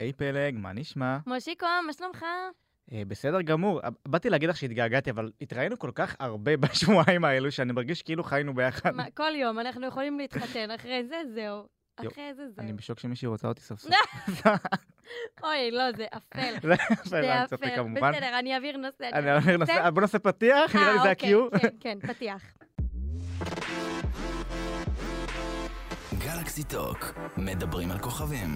היי פלג, מה נשמע? מושיקו, מה שלומך? אה, בסדר גמור. אה, באתי להגיד לך שהתגעגעתי, אבל התראינו כל כך הרבה בשבועיים האלו, שאני מרגיש כאילו חיינו ביחד. מה, כל יום אנחנו יכולים להתחתן, אחרי זה זהו. אחרי זה זהו. אני בשוק שמישהי רוצה אותי סוף סוף. אוי, לא, זה אפל. זה זה היה צופה אפל. כמובן. בסדר, אני אעביר נושא. אני אומר, נעשה- בוא נעשה פתיח, נראה לי זה אה, ה-Q. אוקיי, כן, כן, פתיח. גלקסי טוק, מדברים על כוכבים.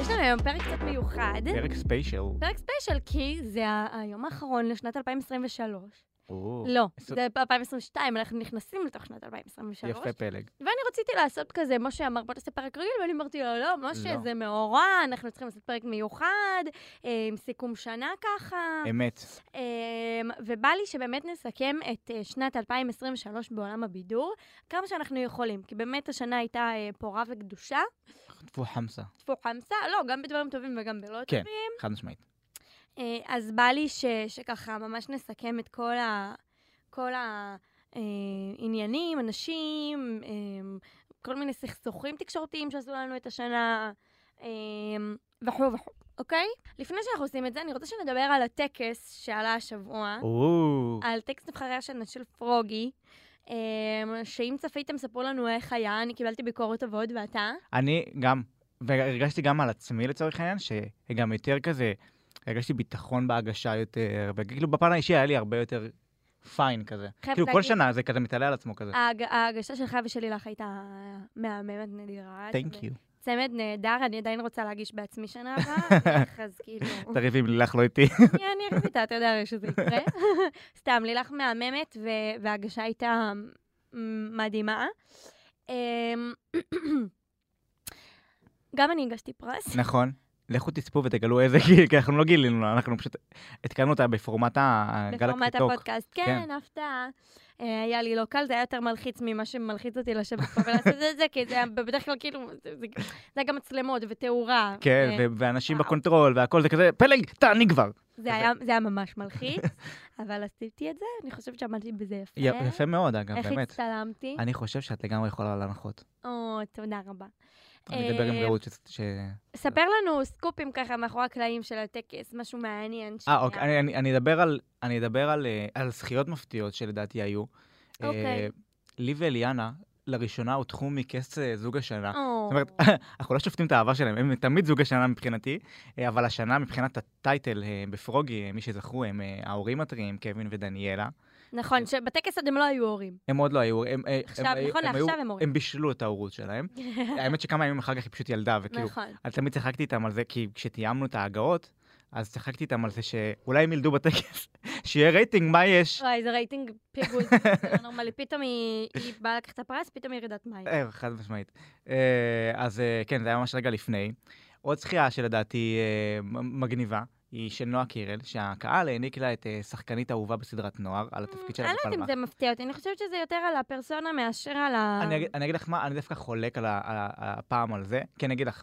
יש לנו היום פרק קצת מיוחד. פרק ספיישל. פרק ספיישל, כי זה ה- היום האחרון לשנת 2023. או, לא, עשר- זה 2022, אנחנו נכנסים לתוך שנת 2023. יפה פלג. ואני רציתי לעשות כזה, משה אמר, בוא נעשה פרק רגיל, ואני אמרתי לו, לא, משה, לא. זה מאורע, אנחנו צריכים לעשות פרק מיוחד, אה, עם סיכום שנה ככה. אמת. אמ, ובא לי שבאמת נסכם את אה, שנת 2023 בעולם הבידור, כמה שאנחנו יכולים, כי באמת השנה הייתה אה, פורה וקדושה, חטפו חמסה. טפו חמסה, לא, גם בדברים טובים וגם בלא כן. טובים. חד משמעית. אה, אז בא לי ש, שככה ממש נסכם את כל, ה, כל העניינים, אנשים, אמ, כל מיני סכסוכים תקשורתיים שעשו לנו את השנה, אמ, וכו' וכו', אוקיי? לפני שאנחנו עושים את זה, אני רוצה שנדבר על הטקס שעלה השבוע. או, על טקסט נבחרי השנה של פרוגי, אמ, שאם צפיתם, ספרו לנו איך היה, אני קיבלתי ביקורת עבוד, ואתה? אני גם, והרגשתי גם על עצמי לצורך העניין, שגם יותר כזה, הרגשתי ביטחון בהגשה יותר, וכאילו בפן האישי היה לי הרבה יותר פיין כזה. חייבת כאילו כל להגיד- שנה זה כזה מתעלה על עצמו כזה. ההג- ההגשה שלך ושלי לך הייתה מהממת נדירה. Thank צמד- you. צמד נהדר, אני עדיין רוצה להגיש בעצמי שנה הבאה, אז כאילו... תריב עם לילך לא איתי. אני אני החליטה, אתה יודע הרי שזה יקרה. סתם, לילך מהממת, ו- וההגשה הייתה מ- מדהימה. אמ, גם אני הגשתי פרס. נכון. לכו תצפו ותגלו איזה, כי- כי אנחנו לא גילינו, לה, אנחנו פשוט התקנו אותה בפורמט בפורמט הגלקסי טוק. הפודקאסט. כן, כן. הפתעה. אה, היה לי לא קל, זה היה יותר מלחיץ ממה שמלחיץ אותי לשבת פה ולעשות את זה, כי זה היה בדרך כלל כאילו, זה זה- זה היה גם מצלמות ותאורה. כן, אה, ו- ואנשים וואו. כן. בקונטרול והכל זה כזה, פלג, תעני כבר. זה היה- זה היה ממש מלחיץ, אבל עשיתי את זה, אני חושבת שעמדתי בזה יפה. י- יפה מאוד, אגב, איך באמת. הצטלמתי? אני חושב שאת לגמרי יכולה להנחות. או, תודה רבה. אני אדבר עם אה, רעות ש- ש... ספר לנו סקופים ככה מאחורי הקלעים של הטקס, משהו מעניין. אה, שהיה. אוקיי, אני- אני- אני אדבר על- אני אדבר על, אה, על זכיות מפתיעות שלדעתי היו. אה, אוקיי. לי ואליאנה, לראשונה הותחו מכס אה, זוג השנה. זאת או, אומרת, אנחנו לא שופטים את האהבה שלהם, הם תמיד זוג השנה מבחינתי, אה, אבל השנה מבחינת הטייטל אה, בפרוגי, אה, מי שזכרו, הם אה, ההורים הטריים, קווין ודניאלה. נכון, שבטקס עוד הם לא היו הורים. הם עוד לא היו, הם, אה, עכשיו, הם היו- נכון, הם היו- לעכשיו הם הורים. הם בישלו את ההורות שלהם. האמת שכמה ימים אחר כך היא פשוט ילדה, וכאילו, נכון. אני תמיד צחקתי איתם על זה, כי כשתיאמנו את ההגעות, אז צחקתי איתם על זה שאולי הם ילדו בטקס, שיהיה רייטינג, מה יש? וואי, זה רייטינג פיגוד, זה לא נורמלי. פתאום היא היא באה לקחת את הפרס, פתאום היא ירידת מים. אה, חד משמעית. אה, אז אה, כן, זה היה ממש רגע לפני. עוד זכייה שלדעתי אה, מ- מגניבה, היא של נועה קירל, שהקהל העניק לה את אה, שחקנית אהובה בסדרת נוער, על התפקיד שלה אני לא יודעת אם בפלמ"ח. זה מפתיע אותי, אני חושבת שזה יותר על הפרסונה מאשר על ה... אני אגיד- אני אגיד לך מה, אני דווקא חולק על ה- על ה- הפעם על זה, כי אני אגיד לך,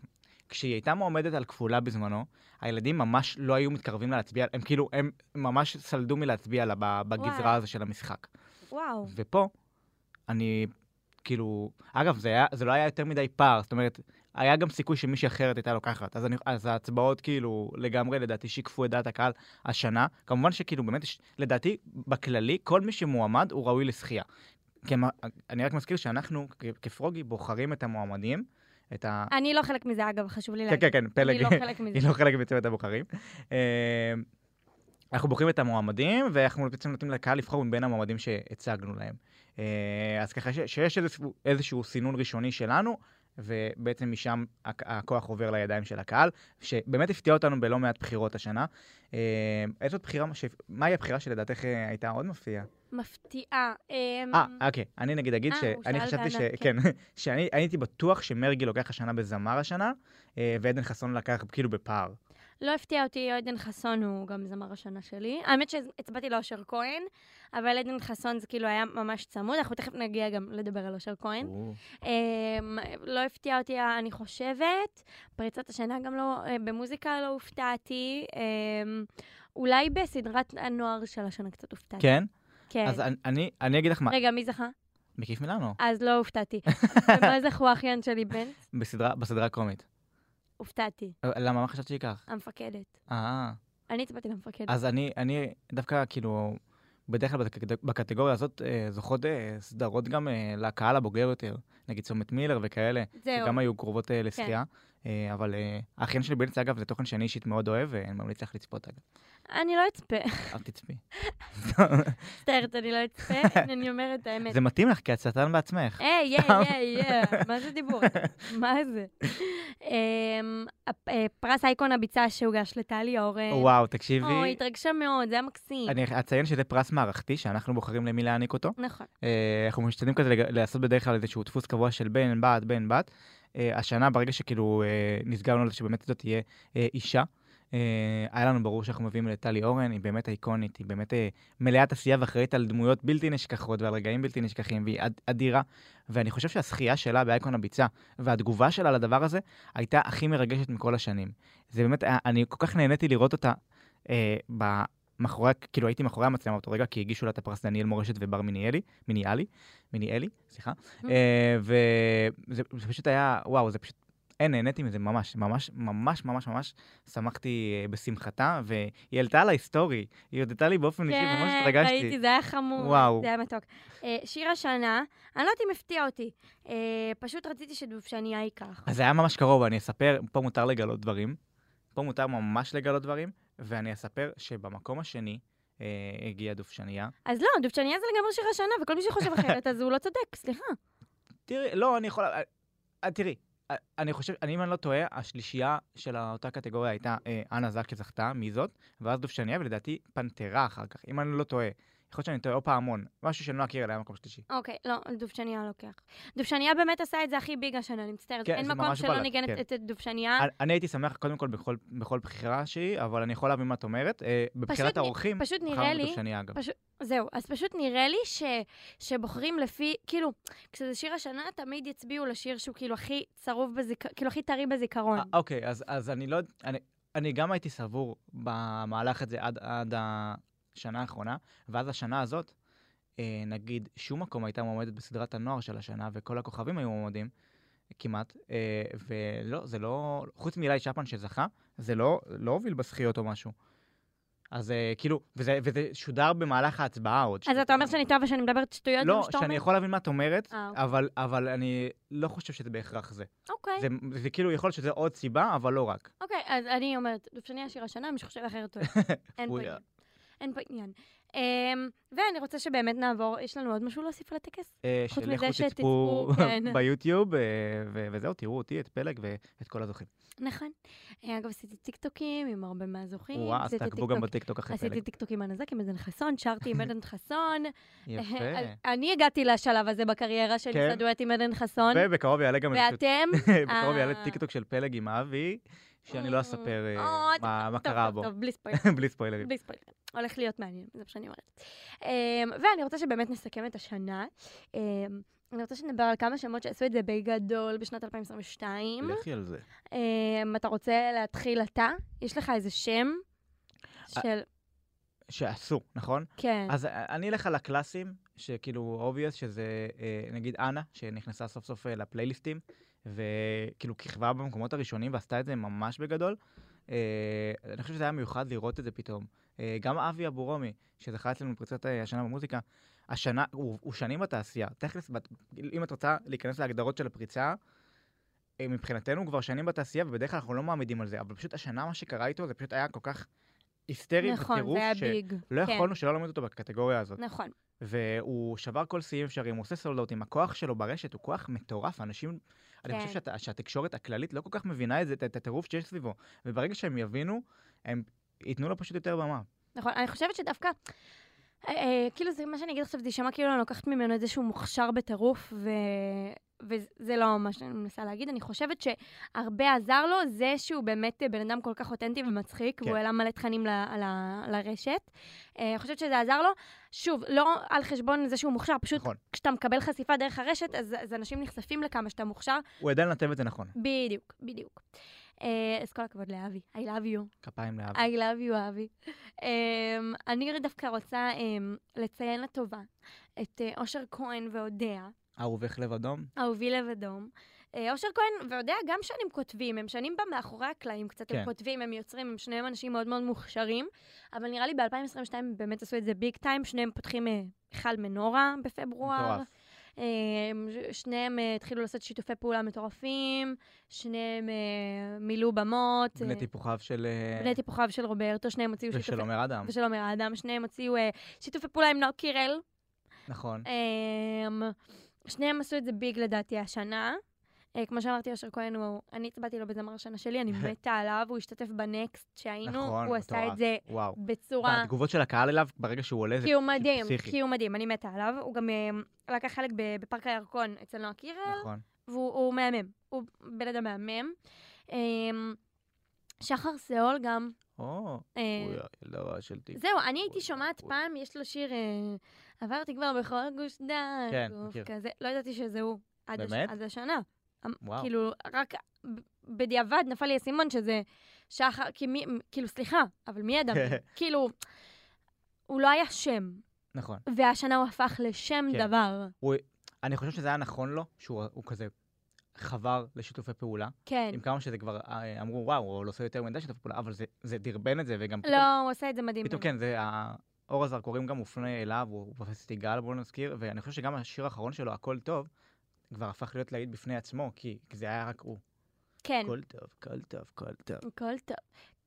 כשהיא הייתה מועמדת על כפולה בזמנו, הילדים ממש לא היו מתקרבים לה להצביע, הם כאילו, הם ממש סלדו מלהצביע לה ב- וואי. בגזרה הזו של המשחק. וואו. ופה, אני, כאילו, אגב, זה, היה, זה לא היה יותר מדי פער, זאת אומרת, היה גם סיכוי שמישהי אחרת הייתה לוקחת, אז, אני, אז ההצבעות כאילו לגמרי, לדעתי, שיקפו את דעת הקהל השנה. כמובן שכאילו, באמת, יש- לדעתי, בכללי, כל מי שמועמד הוא ראוי לזכייה. כי מה- אני רק מזכיר שאנחנו, כ- כפרוגי, בוחרים את המועמדים, את ה... אני לא חלק מזה, אגב, חשוב לי כן, להגיד. כן, כן, פלג. אני לא חלק מזה. היא לא חלק מצוות הבוחרים. אה, אנחנו בוחרים את המועמדים, ואנחנו בעצם נותנים לקהל לבחור מבין המועמדים שהצגנו להם. אה, אז ככה ש- שיש איזשהו- איזשהו סינון ראשוני שלנו, ובעצם משם הכ- הכוח עובר לידיים של הקהל, שבאמת הפתיע אותנו בלא מעט בחירות השנה. אה, איזו בחירה, ש- מהי הבחירה שלדעתך אה, הייתה עוד מפתיעה? מפתיעה. אמ, אה, אוקיי, אני נגיד אגיד אה, הוא שאני שאל חשבתי ש... וענה, כן, שאני הייתי בטוח שמרגי לוקח השנה בזמר השנה, אה, ועדן חסון לקח כאילו בפער. לא הפתיע אותי, עדן חסון הוא גם זמר השנה שלי. האמת שהצבעתי לאושר כהן, אבל עדן חסון זה כאילו היה ממש צמוד, אנחנו תכף נגיע גם לדבר על אושר כהן. או. אמ, לא הפתיע אותי, אני חושבת. פריצת השנה גם לא, אה, במוזיקה לא הופתעתי. אמ, אולי בסדרת הנוער של השנה קצת הופתעתי. כן? כן. אז אני- אני, אני אגיד לך מה, רגע, מי זכה? מקיף מילאנו, אז לא הופתעתי. במה זכו האחיין שלי בן? בסדרה, בסדרה הקומית. הופתעתי, אה, למה? מה חשבת שייקח? המפקדת. אה, אני הצבעתי למפקדת. אז אני, אני דווקא, כאילו, בדרך כלל בקט- בקטגוריה הזאת אה, זוכות אה, סדרות גם אה, לקהל הבוגר יותר, נגיד צומת מילר וכאלה, זהו. שגם היו קרובות אה, לשחייה. אה, אבל אה, האחיין שלי בנצי, אגב, זה תוכן שאני אישית מאוד אוהב, ואני ממליץ לך לצפות, אגב. אני לא אצפה. אל תצפי. מצטערת, אני לא אצפה, אני אומרת את האמת. אה, זה מתאים לך, כי את סרטן בעצמך. היי, היי, היי, היי, מה זה דיבור? מה זה? אמ, הפ- אה, פרס אייקון הביצה שהוגש לטלי האורן. וואו, תקשיבי. או, התרגשה מאוד, זה היה מקסים. אני אציין שזה פרס מערכתי שאנחנו בוחרים למי להעניק אותו. נכון. אה, אנחנו משתדלים כזה לג- לעשות בדרך כלל איזשהו דפוס קבוע של בן, בת, בן, בת. אה, השנה, ברגע שכאילו אה, נסגרנו על זה שבאמת זאת תהיה אה, אישה, אה, היה לנו ברור שאנחנו מביאים לטלי אורן, היא באמת אייקונית, היא באמת אה, מלאת עשייה ואחראית על דמויות בלתי נשכחות ועל רגעים בלתי נשכחים, והיא אד, אדירה. ואני חושב שהזכייה שלה באייקון הביצה והתגובה שלה לדבר הזה הייתה הכי מרגשת מכל השנים. זה באמת, היה- אני כל כך נהניתי לראות אותה אה, ב... מאחורי, כאילו הייתי מאחורי המצלמה באותו רגע, כי הגישו לה את הפרס דניאל מורשת ובר מיניאלי, מיניאלי, מיניאלי, סליחה. Mm. אה, וזה זה פשוט היה, וואו, זה פשוט, אין, נהניתי מזה ממש, ממש, ממש, ממש, ממש שמחתי אה, בשמחתה, והיא העלתה עליי סטורי, היא הודתה לי באופן אישי, ממש כן, התרגשתי. ראיתי, זה היה חמור. וואו. זה היה מתוק. אה, שיר השנה, אני לא יודעת אם הפתיע אותי, אה, פשוט רציתי שדובשניה ייקח. אז זה היה ממש קרוב, אני אספר, פה מותר לגלות דברים, פה מותר ממש לגלות דברים, ואני אספר שבמקום השני אה, הגיעה דובשניה. אז לא, דובשניה זה לגמרי שיר השנה, וכל מי שחושב אחרת, אז הוא לא צודק, סליחה. תראי, לא, אני יכול... אה, אה, תראי, אה, אני חושב, אני, אם אני לא טועה, השלישייה של אותה קטגוריה הייתה אה, אנה זק שזכתה, מי זאת, ואז דובשניה, ולדעתי פנתרה אחר כך, אם אני לא טועה. יכול להיות שאני טועה, או פעמון, משהו לא שנועה קירל היה מקום שלישי. אוקיי, לא, דובשניה לוקח. דובשניה באמת עשה את זה הכי ביג השנה, אני מצטערת. כן, אין זה מקום ממש שלא בלט, ניגן כן. את- את דובשניה. אני- אני הייתי שמח קודם כל בכל, בכל בחירה שהיא, אבל אני יכול להבין מה את אומרת. אה, בבחירת פשוט נ- האורחים, פשוט נראה בחרנו לי- בדובשניה, אגב. זהו, אז פשוט נראה לי ש, שבוחרים לפי, כאילו, כשזה שיר השנה, תמיד יצביעו לשיר שהוא כאילו הכי צרוב בזיכרון, כאילו הכי טרי בזיכרון. אה, אוקיי, אז, אז אני לא... אני, אני גם הייתי סבור במהלך הזה עד, עד השנה האחרונה, ואז השנה הזאת, אה, נגיד, שום מקום הייתה מועמדת בסדרת הנוער של השנה, וכל הכוכבים היו מועמדים, כמעט, אה, ולא, זה לא... חוץ מאילי שפן שזכה, זה לא, לא הוביל בזכיות או משהו. אז אה, כאילו, וזה, וזה שודר במהלך ההצבעה עוד. אז אתה אומר שאני טועה ושאני מדברת שטויות? זה מה אה, לא, שאתה שאני אומר? יכול להבין מה את אומרת, אה, אוקיי. אבל, אבל אני לא חושב שזה בהכרח זה. אוקיי, זה. זה כאילו, יכול להיות שזה עוד סיבה, אבל לא רק. אוקיי, אז אני אומרת, דובשני שיר השנה, מי שחושב אחרת טועה. אין פה אוי, עניין. אין פה עניין. אמ, ואני רוצה שבאמת נעבור, יש לנו עוד משהו להוסיף על הטקס? אה, חוץ שלכו מזה תצפו שתצפו, כן. ביוטיוב, אה, ו- וזהו, תראו אותי, את פלג ואת כל הזוכים. נכון. אה, אגב, עשיתי טיקטוקים עם הרבה מהזוכים. וואו, אז עשיתי תעקבו גם טיקטוק- בטיקטוק אחרי עשיתי פלג. טיקטוק עם הנזק, עם עדן חסון, שרתי עם עדן חסון. אה, יפה. אני הגעתי לשלב הזה בקריירה שלי, כן. את הדואט עם עדן חסון, ובקרוב יעלה גם איזשהו- ואתם... בקרוב יעלה אה. טיקטוק של פלג עם אבי, שאני לא אספר אה, או, מה- מה טוב, קרה טוב, בו, טוב, בלי ספוילרים. בלי ספוילרים. בלי ספוילרים. הולך להיות מעניין, זה מה שאני אומרת. אמ, ואני רוצה שבאמת נסכם את השנה. אמ, אני רוצה שנדבר על כמה שמות שעשו את זה בגדול בשנת 2022. לכי על זה. אמ, אתה רוצה להתחיל אתה? יש לך איזה שם? של... שעשו, נכון? כן. אה, אז אה, אני אלך על הקלאסים, שכאילו obvious, שזה אה, נגיד אנה, שנכנסה סוף סוף אה, לפלייליסטים, וכאילו כיכבה במקומות הראשונים ועשתה את זה ממש בגדול. אה, אני חושב שזה היה מיוחד לראות את זה פתאום. אה, גם אבי אבורומי, שזכה אצלנו בפריצת אה, השנה במוזיקה, השנה, הוא, הוא שנים בתעשייה. תכלס, בת- אם את רוצה להיכנס להגדרות של הפריצה, אה, מבחינתנו הוא כבר שנים בתעשייה, ובדרך כלל אנחנו לא מעמידים על זה, אבל פשוט השנה מה שקרה איתו זה פשוט היה כל כך היסטרי נכון, וטירוף, זה היה ש- ביג. לא כן. יכולנו שלא ללמד אותו בקטגוריה הזאת. נכון. והוא שבר כל שיאים אפשריים, הוא עושה סולדאוטים. הכוח שלו ברשת הוא כוח מטורף. אנשים, אני כן. חושב שאת, שהתקשורת הכללית לא כל כך מבינה את זה, את, את הטירוף שיש סביבו. וברגע שהם יבינו, הם ייתנו לו פשוט יותר במה. נכון, אני חושבת שדווקא, אה, אה, כאילו זה מה שאני אגיד עכשיו, זה יישמע כאילו אני לוקחת ממנו איזה שהוא מוכשר בטירוף, ו... וזה לא מה שאני מנסה להגיד. אני חושבת שהרבה עזר לו זה שהוא באמת אה, בן אדם כל כך אותנטי ומצחיק, כן. והוא העלה מלא תכנים ל... ל... לרשת. אה, אני חושבת שזה עזר לו. שוב, לא על חשבון זה שהוא מוכשר, פשוט נכון. כשאתה מקבל חשיפה דרך הרשת, אז, אז אנשים נחשפים לכמה שאתה מוכשר. הוא ידע לנתב את זה נכון. בדיוק, בדיוק. אה, אז כל הכבוד לאבי. I love you. כפיים לאב. I אמ, love you, אבי. Um, אני דווקא רוצה um, אמ, לציין לטובה um, את אה, אושר כהן ואודיה, אהובך לב אדום? אהובי לב אדום. אה, אושר כהן ואודיה גם שנים כותבים, הם שנים במאחורי הקלעים קצת, כן. הם כותבים, הם יוצרים, הם שניהם אנשים מאוד מאוד מוכשרים, אבל נראה לי ב-2022 הם באמת עשו את זה ביג טיים, שניהם פותחים אה, היכל מנורה בפברואר. מטורף. אה, ש- שניהם אה, התחילו לעשות שיתופי פעולה מטורפים, שניהם אה, מילאו במות. בני אה, טיפוחיו של... אה, בני טיפוחיו של רוברטו, שניהם הוציאו שיתופי... ושל עומר אדם. ושל עומר האדם, שניהם הוציאו אה, שיתופי פעולה עם נאור קירל. נכון. אמ, שניהם עשו את זה ביג לדעתי השנה. אה, כמו שאמרתי, אשר כהן הוא, אני הצבעתי לו בזמר השנה שלי, אני מתה עליו, הוא השתתף בנקסט שהיינו, נכון, הוא עשה מטורף. את זה וואו. בצורה... התגובות של הקהל אליו, ברגע שהוא עולה, זה כי הוא מדהים, פסיכי. כי הוא מדהים, אני מתה עליו. הוא גם אמ, לקח חלק ב- בפארק הירקון אצל נועה קירל, נכון. והוא הוא מהמם, הוא בן אדם מהמם. אמ, שחר סאול גם... או, אה, הוא הילדה הרעה של טיפ. זהו, אני הייתי אוי, שומעת אוי. פעם, יש לו שיר, אה, עברתי כבר בכל גוש דן, כן, גוף מכיר. כזה, לא ידעתי שזה הוא. עד הש- באמת? עד השנה. אמ, וואו. כאילו, רק ב- בדיעבד נפל לי האסימון שזה שחר, כי מי, כאילו, סליחה, אבל מי ידע? מי? כאילו, הוא לא היה שם, נכון. והשנה הוא הפך לשם כן. דבר. אני חושב שזה היה נכון לו, שהוא הוא כזה חבר לשיתופי פעולה. כן. עם כמה שזה כבר אה, אמרו, וואו, הוא לא עושה יותר מדי שיתופי פעולה, אבל זה- זה דרבן את זה, וגם פתאום- לא, הוא עושה את זה מדהים. פתאום כן, זה ה- אור הזרקורים גם מופנה אליו, הוא תופס את יגאל, בואו נזכיר, ואני חושב שגם השיר האחרון שלו, הכל טוב, כבר הפך להיות להיט בפני עצמו, כי כי זה היה רק הוא. כן. הכל טוב, הכל טוב, הכל טוב. הכל טוב.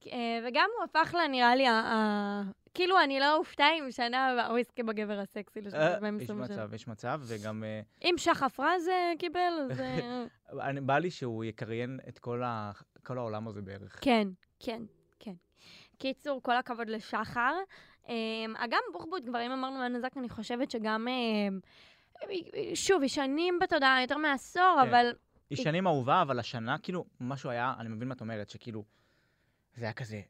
אה, וגם הוא הפך לה, נראה לי, ה- ה- כאילו, אני לא אופתע אם שנה הבאה הוא יזכה בגבר הסקסי אה, לשנת 2023. יש מצב, יש מצב, וגם אה, אם שחף רז אה, קיבל, אז... אה, אני- בא לי שהוא יקריין את כל ה- כל העולם הזה בערך. כן, כן, כן. קיצור, כל הכבוד לשחר. אמ, אגם בוחבוט, כבר אם אמרנו מהנזק, אני חושבת שגם... אמ, שוב, היא שנים בתודעה, יותר מעשור, כן. אבל היא היא- שנים אהובה, אבל השנה, כאילו, משהו היה, אני מבין מה את אומרת, שכאילו, זה היה כזה,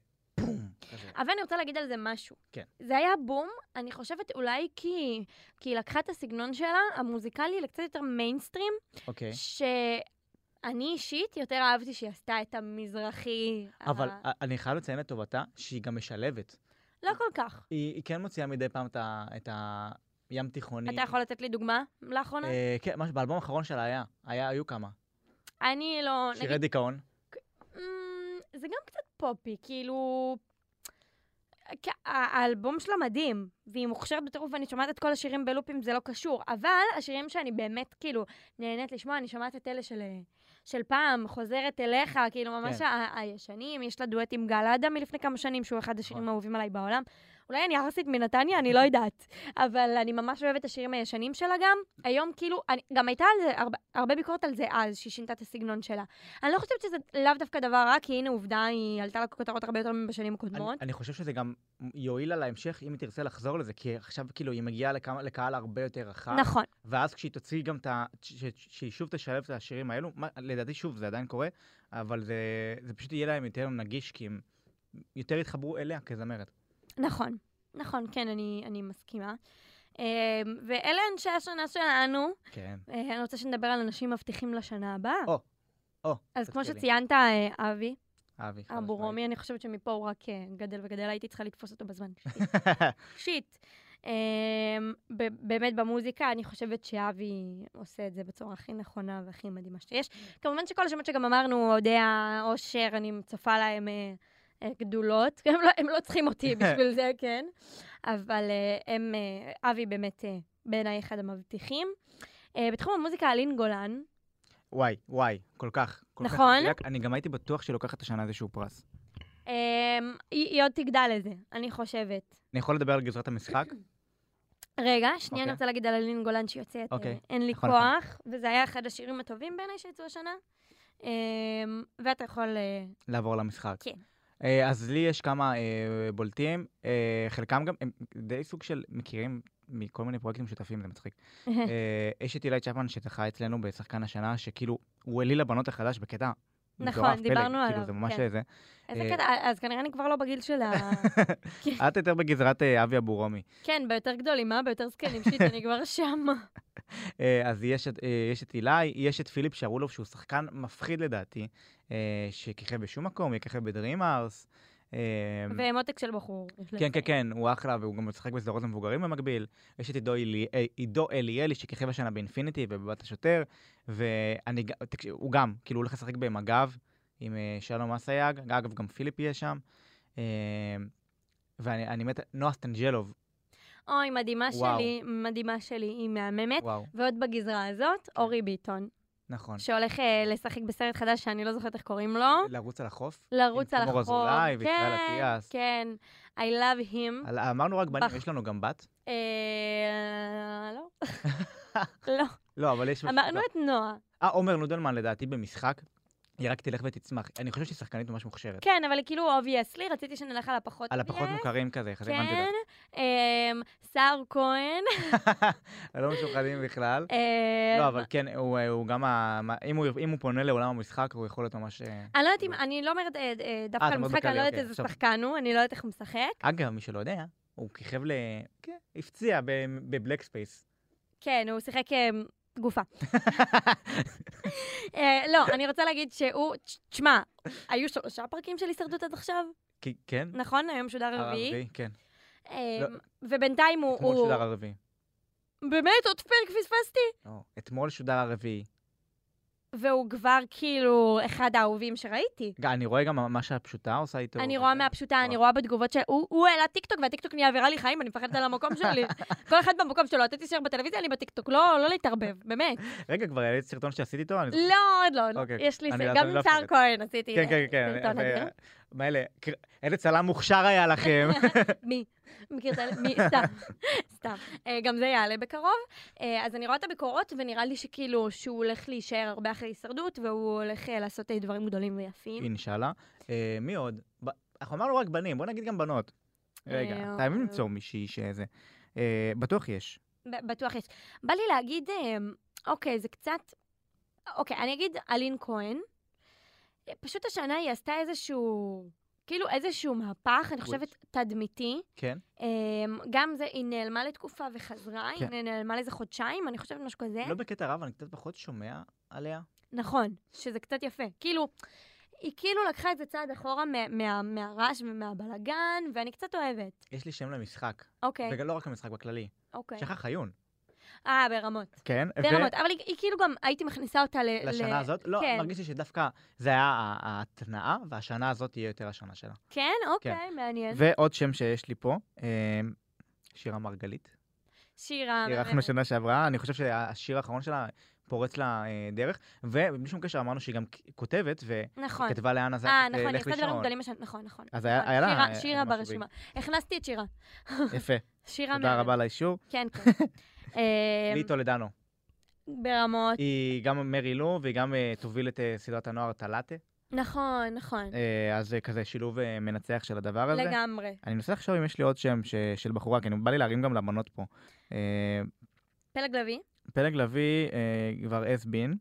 בום. כזה. אבל אני רוצה להגיד על זה משהו. כן. זה היה בום, אני חושבת אולי כי, כי היא לקחה את הסגנון שלה, המוזיקלי, לקצת יותר מיינסטרים, אוקיי. שאני אישית יותר אהבתי שהיא עשתה את המזרחי. אבל ה... א- אני חייב לציין לטובתה שהיא גם משלבת. לא כל כך. היא היא כן מוציאה מדי פעם את ה- את הים תיכוני. אתה יכול לתת לי דוגמה לאחרונה? אה, כן, מה שבאלבום האחרון שלה היה, היה, היו כמה. אני לא... נגיד- שירי דיכאון. אמ, זה גם קצת פופי, כאילו... כי ה- האלבום שלה מדהים, והיא מוכשרת בטירוף, ואני שומעת את כל השירים בלופים, זה לא קשור. אבל השירים שאני באמת, כאילו, נהנית לשמוע, אני שומעת את אלה של, אה, של פעם, חוזרת אליך, כאילו, ממש כן. ה- הישנים. יש לה דואט עם גל אדם מלפני כמה שנים, שהוא אחד השירים נכון. האהובים עליי בעולם. אולי אני ארסית מנתניה, אני לא יודעת. אבל אני ממש אוהבת את השירים הישנים שלה גם. היום, כאילו, אני, גם הייתה על זה הרבה, הרבה ביקורת על זה אז, שהיא שינתה את הסגנון שלה. אני לא חושבת שזה לאו דווקא דבר רע, כי הנה עובדה, היא עלתה לכותרות הרבה יותר מבשנים אני- הקודמות. אני חושב שזה גם יועיל לה להמשך, אם היא תרצה לחזור לזה, כי עכשיו כאילו היא מגיעה לכמה- לקהל הרבה יותר רחב. נכון, ואז כשהיא תוציא גם את ה... ש- ש- שהיא שוב תשלב את השירים האלו, מה, לדעתי שוב, זה עדיין קורה, אבל זה, זה פשוט יהיה להם יותר נגיש, כי הם יותר יתחברו אליה כזמרת. נכון, נכון, כן, אני, אני מסכימה. אמ, ואלה אנשי השנה שלנו. כן. אה, אני רוצה שנדבר על אנשים מבטיחים לשנה הבאה. או, או, אה. אז כמו אוקיי. תתחילי. שציינת, אה, אבי, אבי. חד אבו משמעית. רומי, אני חושבת שמפה הוא רק אה, גדל וגדל, הייתי צריכה לתפוס אותו בזמן. שיט. אמ, ב- באמת במוזיקה, אני חושבת שאבי עושה את זה בצורה הכי נכונה והכי מדהימה שיש. כמובן שכל השמות שגם אמרנו, אודיה, אושר, אני צופה להם אה, אה, גדולות. הם לא, הם לא צריכים אותי בשביל זה, כן? אבל אה, הם, אה, אבי באמת אה, בעיניי אחד המבטיחים. אה, בתחום המוזיקה, אלין גולן, וואי, וואי, כל כך. כל כך נכון? מדויק. אני גם הייתי בטוח שהיא לוקחת השנה איזשהו פרס. אמ, היא היא עוד תגדל לזה, אני חושבת. אני יכול לדבר על גזרת המשחק? רגע, שנייה, אוקיי. אני רוצה להגיד על אלין גולן שהיא יוצאת, אוקיי, אה, אין לי נכון, נכון. כוח, וזה היה אחד השירים הטובים בעיניי שיצאו השנה. אמ, ואתה יכול... אה, לעבור למשחק. כן. אה, אז לי יש כמה אה, בולטים, אה, חלקם גם, הם די סוג של מכירים מכל מיני פרויקטים שותפים, זה מצחיק. אה, יש את אילי צ'פמן שזכה אצלנו בשחקן השנה, שכאילו, הוא העליל לבנות החדש בקטע מטורף, נכון, פלא, דיברנו כאילו, עליו, זה ממש כן. זה. איזה אה, קטע, אז כנראה אני כבר לא בגיל של ה... את יותר בגזרת אה, אבי אבורומי. כן, ביותר גדולים, אה? ביותר זקנים, שיט, אני כבר שם. אה, אז יש את- אה, יש את אילי, יש את פיליפ שרולוב, שהוא שחקן מפחיד לדעתי, אה, שכיכב בשום מקום, יככב בדרימארס. אה, ומותק של בחור. יש כן, כן, לציין. כן, הוא אחלה, והוא גם משחק בסדרות למבוגרים במקביל. יש את עידו אלי- אה, עידו אליאלי, שכיכב השנה באינפיניטי ובבת השוטר, ואני, ג- תקשיב, הוא גם, כאילו, הוא הולך לשחק במג"ב עם אה, שלום אסייג, אגב, גם פיליפ יהיה שם. אה, ואני אני מת, נועה סטנג'לוב, אוי, מדהימה וואו. שלי, מדהימה שלי, היא מהממת. וואו, ועוד בגזרה הזאת, אורי ביטון, כן. נכון. שהולך אה, לשחק בסרט חדש שאני לא זוכרת איך קוראים לו. לרוץ על החוף? לרוץ עם על תמור החור. אזולאי וישראל כן, אטיאס. כן. I love him. על- אמרנו רק בנים, בח- יש לנו גם בת? אה, לא. לא. לא, אבל יש... אמרנו את נועה. אה, עומר נודלמן לדעתי במשחק, היא רק תלך ותצמח. אני חושב שהיא שחקנית ממש מוכשרת. כן, אבל כאילו אובייסלי, רציתי שנלך על הפחות על הפחות obvious. מוכרים כזה, חזק כן. אמ, סער כהן. לא משוחדים בכלל. אמ, לא, אבל כן, הוא אה, הוא גם ה... מה- אם הוא- אם הוא פונה לעולם המשחק, הוא יכול להיות ממש... אה, אני לא יודעת אם, אני לא אומרת אה, אה, דווקא אה, את על אומרת משחק, בכללי, אני לא יודעת אוקיי, איזה עכשיו. שחקן הוא, אני לא יודעת איך הוא משחק. אגב, מי שלא יודע, הוא כיכב ל... כן, הפציע ב- בבלק ספייס. כן, הוא שיחק אה, גופה. אה, לא, אני רוצה להגיד שהוא, תש- תשמע, היו שלושה פרקים של הישרדות עד עכשיו, כי- כן? נכון? היום שודר רביעי. כן. אה, לא. ובינתיים הוא... אתמול הוא- שודר הרביעי. באמת, עוד פרק פספסתי? לא, אתמול שודר הרביעי. והוא כבר כאילו אחד האהובים שראיתי. ג- אני רואה גם מה שהפשוטה עושה איתו. אני רואה מהפשוטה, אני רואה בתגובות שהוא הוא העלה טיקטוק, והטיקטוק נהיה ויראלי חיים, אני מפחדת על המקום שלי. כל אחד במקום שלו, אתה תישאר בטלוויזיה, אני בטיקטוק. לא, לא להתערבב, באמת. רגע, כבר העליתי סרטון שעשיתי איתו? אני זוכר. לא, עוד לא, עוד לא. אוקיי, יש לי אני- זה. אז גם אני עם לא סער אפרט. כהן עשיתי כן, כן, כן. סרטון ו- אדיר. מה אלה? קר- איזה צלם מוכשר היה לכם. מי? מכיר את ה... מי? סתם, סתם. אה, גם זה יעלה בקרוב. אה, אז אני רואה את הביקורות, ונראה לי שכאילו, שהוא הולך להישאר הרבה אחרי הישרדות, והוא הולך אה, לעשות אה, דברים גדולים ויפים. אינשאללה. אה, מי עוד? ב- אנחנו אמרנו רק בנים, בוא נגיד גם בנות. רגע, אה, חייבים אוקיי. למצוא מישהי שזה. אה, בטוח יש. ב- בטוח יש. בא לי להגיד, אה, אוקיי, זה קצת... אוקיי, אני אגיד אלין כהן. אה, פשוט השנה היא עשתה איזשהו... כאילו איזשהו מהפך, אני חושבת, תדמיתי. כן? אה, גם זה, היא נעלמה לתקופה וחזרה, היא כן. נעלמה לאיזה חודשיים, אני חושבת משהו כזה. לא בקטע רב, אני קצת פחות שומע עליה. נכון, שזה קצת יפה. כאילו, היא כאילו לקחה את זה צעד אחורה מה- מה- מהרעש ומהבלגן, ואני קצת אוהבת. יש לי שם למשחק. אוקיי, ולא רק למשחק בכללי. אוקיי. שחר חיון. אה, ברמות. כן? ברמות, אבל היא היא כאילו גם, הייתי מכניסה אותה ל... ל- לשנה הזאת? לא, כן. מרגיש לי שדווקא זה היה ה- ההתנעה, והשנה הזאת תהיה יותר השנה שלה. כן? אוקיי, מעניין. ועוד שם שיש לי פה, אה, שירה מרגלית. שירה. אירחנו מהממת. שנה שעברה, אני חושב שהשיר האחרון שלה פורץ לה אה, דרך, ובלי שום קשר אמרנו שהיא גם כ- כותבת, והיא נכון. כתבה לאן הזק, אה, אה, נכון, היא לך עשתה דברים לישון. גדולים השנה. נכון, נכון. אז היה- נכון. היה לה, שירה- אה, שירה משהו ברשימה. הכנסתי את שירה. יפה, שירה תודה מהממת. רבה על האישור. כן, כן. אה, לי טולדנו. ברמות. היא גם מרי לו, והיא גם אה, תוביל את אה, סדרת הנוער טלאטה, נכון, נכון. אה, אז זה כזה שילוב אה, מנצח של הדבר הזה. לגמרי. אני מנסה לחשוב אם יש לי עוד שם ש- של בחורה, כי אני בא לי להרים גם לבנות פה. אה, פלג לביא? פלג לביא, אה, כבר אס בין.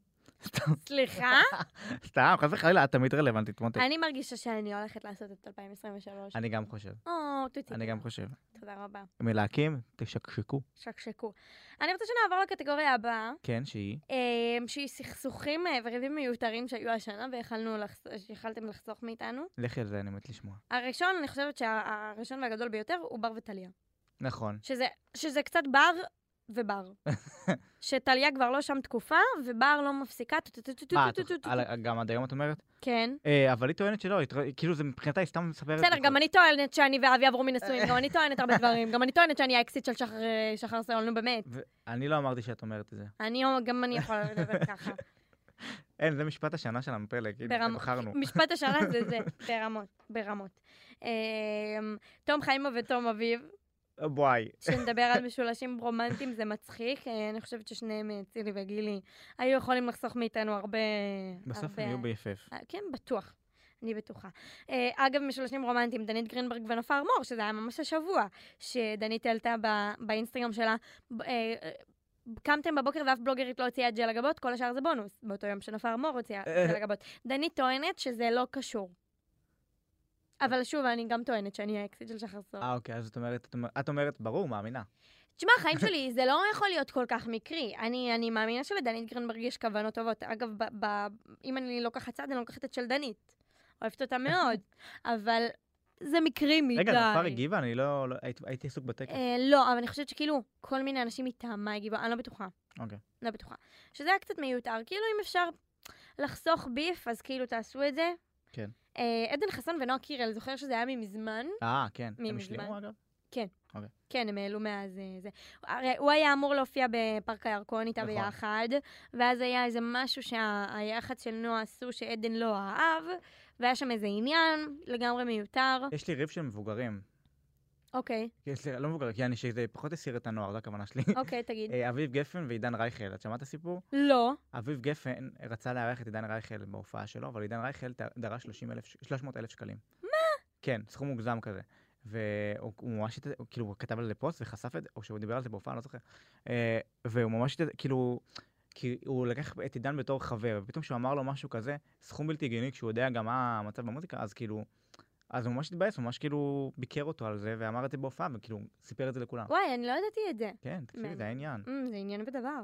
סתם, סליחה? סתם, חס וחלילה, את תמיד רלוונטית, מותק. אני מרגישה שאני הולכת לעשות את 2023. אני גם חושב, או, תוציא. אני גם חושב. תודה רבה. מלהקים, תשקשקו. שקשקו. אני רוצה שנעבור לקטגוריה הבאה, כן, שהיא. אמ, שהיא סכסוכים אה, וריבים מיותרים שהיו השנה ויכלנו לחס- שיכלתם לחסוך מאיתנו. לכי על זה, אני מת לשמוע. הראשון, אני חושבת שהראשון והגדול ביותר הוא בר וטליה. נכון. שזה, שזה קצת בר ובר. שטליה כבר לא שם תקופה, ובר לא מפסיקה. טו- טו- טו- טו- מה, טו- טו- אה, את- טו- על- גם עד היום את אומרת? כן. אה, אבל היא טוענת שלא, היא טוע- כאילו זה מבחינתה היא סתם מספרת. בסדר, בדיחות. גם אני טוענת שאני ואבי עברו מן נשואים, גם אני טוענת הרבה דברים. גם אני טוענת שאני האקסיט של שחר, אה, שחר סלון, נו באמת. ו- אני לא אמרתי שאת אומרת את זה. אני, לא, גם אני יכולה לדבר ככה. אין, זה משפט השנה כאילו, שלנו, פלג, הנה, ברמ- בחרנו. משפט השנה זה זה, ברמות, ברמות. אמ, תום חיימו ותום אביב, וואי. שנדבר על משולשים רומנטיים זה מצחיק. אה, אני חושבת ששניהם, אה, צילי וגילי, היו יכולים לחסוך מאיתנו הרבה... בסוף הרבה- הם יהיו ביפף. אה, כן, בטוח. אני בטוחה. אה, אגב, משולשים רומנטיים, דנית גרינברג ונופר מור, שזה היה ממש השבוע, שדנית העלתה ב- באינסטגרם שלה, ב- אה, אה, קמתם בבוקר ואף בלוגרית לא הוציאה את ג'ל הגבות, כל השאר זה בונוס, באותו יום שנופר מור הוציאה את אה. ג'ל הגבות. דנית טוענת שזה לא קשור. אבל שוב, אני גם טוענת שאני האקסיט של שחר סוהר. אה, אוקיי, אז את אומרת, את אומר- את אומרת, ברור, מאמינה. תשמע, החיים שלי, זה לא יכול להיות כל כך מקרי. אני, אני מאמינה שלדנית גרינברג יש כוונות טובות. אגב, ב, ב, אם אני לוקחת צד, אני לוקחת את של דנית. אוהבת אותה מאוד. אבל זה מקרי מדי. רגע, נופר הגיבה? אני לא... לא- הייתי- הייתי עסוק בטקס. אה, לא, אבל אני חושבת שכאילו, כל מיני אנשים מטעמה הגיבו, אני לא בטוחה. אוקיי. לא בטוחה. שזה היה קצת מיותר. כאילו, אם אפשר לחסוך ביף, אז כאילו, תעשו את זה. כן. אה, עדן חסון ונועה קירל, זוכר שזה היה ממזמן? אה, כן. מי הם מזמן? השלימו אגב? כן, הם העלו מאז אה, זה. הרי הוא היה אמור להופיע בפארק הירקון איתה נכון. ביחד, ואז היה איזה משהו שהיח"צ של נועה עשו שעדן לא אהב, והיה שם איזה עניין, לגמרי מיותר. יש לי ריב של מבוגרים. אוקיי, יש לי- לא מבוגרים, כי אני שזה פחות הסיר את הנוער, זו הכוונה שלי. אוקיי, תגיד. אה, אביב גפן ועידן רייכל, את שמעת סיפור? לא. אביב גפן רצה לארח את עידן רייכל בהופעה שלו, אבל עידן רייכל ת- דרש 300 אלף שקלים. מה? כן, סכום מוגזם כזה. והוא הוא ממש, הת- הוא כאילו, הוא כתב על זה פוסט וחשף את זה, או שהוא דיבר על זה בהופעה, אני לא זוכר. אה, והוא ממש, הת- כאילו, כי הוא לקח את עידן בתור חבר, ופתאום כשהוא אמר לו משהו כזה, סכום בלתי הגיוני, כשהוא יודע גם מה המצב במוזיקה, אז כאילו, אז הוא ממש התבאס, הוא ממש כאילו ביקר אותו על זה, ואמר את זה בהופעה, וכאילו, סיפר את זה לכולם. וואי, אני לא ידעתי את זה. כן, תקשיבי, זה העניין. Mm, זה עניין בדבר.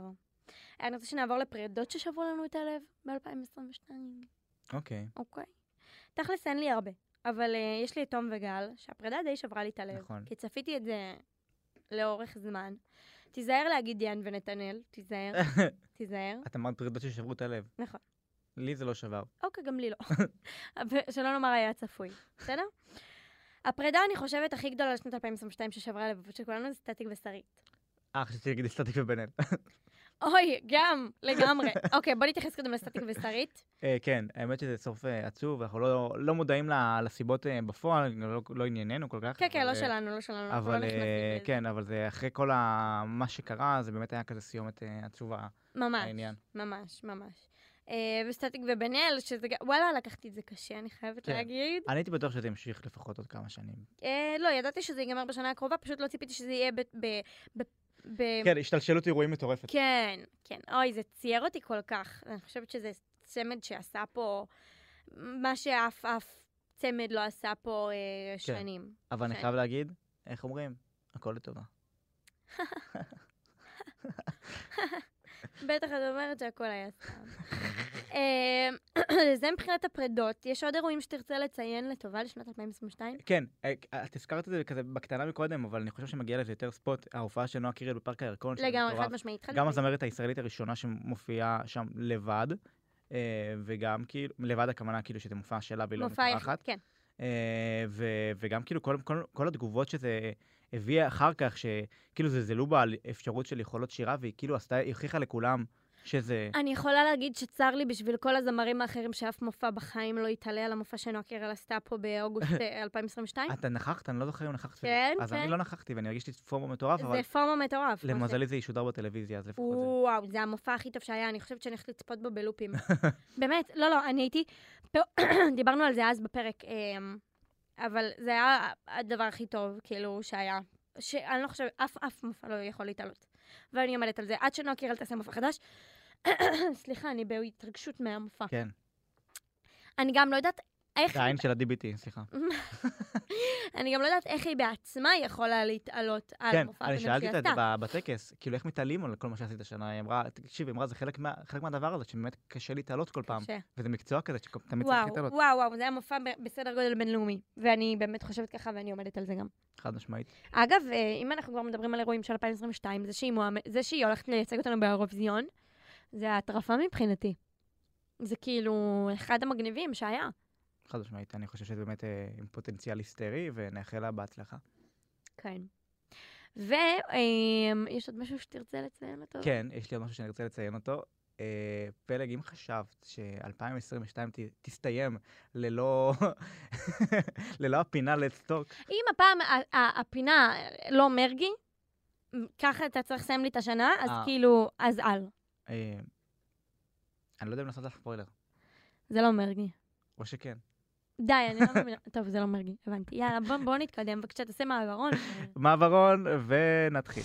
אני רוצה שנעבור לפרידות ששברו לנו את הלב ב-2022, אוקיי, אוקיי? תכלס אין לי הרבה, אבל uh, יש לי את תום וגל, שהפרידה די שברה לי את הלב. נכון. כי צפיתי את זה לאורך זמן. תיזהר להגיד דיאן ונתנאל, תיזהר, תיזהר. את אמרת פרידות ששברו את הלב. נכון. לי זה לא שבר. אוקיי, גם לי לא. אבל שלא לומר היה צפוי, בסדר? הפרידה, אני חושבת, הכי גדולה לשנת 2022 ששברה לבבות של כולנו זה סטטיק ושרית. אה, חשבתי להגיד סטטיק ובן-אל. אוי, גם, לגמרי. אוקיי, בוא נתייחס קודם לסטטיק ושרית. אה, כן, האמת שזה סוף אה, עצוב, אנחנו לא- לא מודעים ל- לסיבות אה, בפועל, לא- לא ענייננו כל כך. כן, כן, אבל, לא אה, שלנו, לא שלנו, אנחנו לא אבל נכנסים אה, לזה. כן, אבל זה אחרי כל ה- מה שקרה, זה באמת היה כזה סיומת אה, עצובה. ממש, העניין. ממש, ממש. אה, וסטטיק ובן אל, שזה גם, וואלה, לקחתי את זה קשה, אני חייבת כן. להגיד. אני הייתי בטוח שזה ימשיך לפחות עוד כמה שנים. אה, לא, ידעתי שזה ייגמר בשנה הקרובה, פשוט לא ציפיתי שזה יהיה ב... ב- ב- ב- כן, השתלשלות אירועים מטורפת. כן, כן. אוי, זה צייר אותי כל כך. אני חושבת שזה צמד שעשה פה מה שאף אף צמד לא עשה פה אה, שנים. אבל אני כן. חייב להגיד, איך אומרים? הכל לטובה. בטח את אומרת שהכל היה סתם. אה, זה מבחינת הפרדות. יש עוד אירועים שתרצה לציין לטובה לשנת 2022? כן, אה, את הזכרת את זה כזה בקטנה מקודם, אבל אני חושב שמגיע לזה יותר ספוט, ההופעה של נועה קירל בפארק הירקון. שזה לגמרי, כן, מטורף. חד משמעית. חד גם משמעית. הזמרת הישראלית הראשונה שמופיעה שם לבד, אה, וגם כאילו, לבד הכוונה כאילו שזה מופע שלה והיא לא מופע מתארחת, יחיד, כן. אה, ו- וגם כאילו כל, כל, כל התגובות שזה הביא אחר כך, שכאילו זלזלו בה על אפשרות של יכולות שירה, והיא כאילו עשתה, היא הוכיחה לכולם שזה... אני יכולה להגיד שצר לי בשביל כל הזמרים האחרים שאף מופע בחיים לא יתעלה על המופע שנועה קירל עשתה פה באוגוסט אה, 2022. אתה נכחת, אני לא זוכר אם נכחת. כן, אז כן. אני לא נכחתי ואני הרגישתי פורמו מטורף, אבל זה פומו מטורף. מה זה. למזלי זה ישודר בטלוויזיה, אז לפחות זה. וואו, זה המופע הכי טוב שהיה, אני חושבת שאני הולכת לצפות בו בלופים. באמת, לא, לא, אני הייתי... פה- דיברנו על זה אז בפרק, אמ, אבל זה היה הדבר הכי טוב, כאילו, שהיה. שאני לא חושבת, אף אף מופע לא יכול להתעלות. ואני עומדת על זה. עד שנועה קירל תעשה מופע חדש, סליחה, אני בהתרגשות מהמופע. כן, אני גם לא יודעת איך... זה העין של ה-DBT, סליחה. אני גם לא יודעת איך היא בעצמה יכולה להתעלות על כן, המופע אני הקודם שהיא שאלתי את זה עשתה. ב- בטקס, כאילו איך מתעלים על כל מה שעשית השנה, היא אמרה, תקשיב, היא אמרה, זה חלק מה- חלק מהדבר הזה, שבאמת קשה להתעלות כל פעם, קשה. וזה מקצוע כזה שתמיד צריך וואו, להתעלות, וואו, וואו, זה היה מופע ב- בסדר גודל בינלאומי, ואני באמת חושבת ככה ואני עומדת על זה גם. חד משמעית. אגב, אה, אם אנחנו כבר מדברים על אירועים של 2022, זה שהיא, מועמד, זה שהיא הולכת לייצג אותנו באירוויזיון, זה הטרפה מבחינתי. זה כאילו אחד המגניבים שהיה. חד משמעית, אני חושב שזה באמת אה, עם פוטנציאל היסטרי, ונאחל לה בהצלחה. כן. ויש אה, עוד משהו שתרצה לציין אותו? כן, יש לי עוד משהו שאני רוצה לציין אותו. אה, פלג, אם חשבת ש-2022 תסתיים ללא ללא הפינה לסטוק, אם הפעם ה- ה- הפינה לא מרגי, ככה אתה צריך לסיים לי את השנה, אז אה. כאילו, אז אל. אה, אני לא יודע אם לעשות לך ספוילר, זה לא מרגי. או שכן. די, אני לא מבינה. טוב, זה לא מרגי, הבנתי. יאללה, בוא, בוא נתקדם, בבקשה, תעשה מעברון. מעברון, ונתחיל.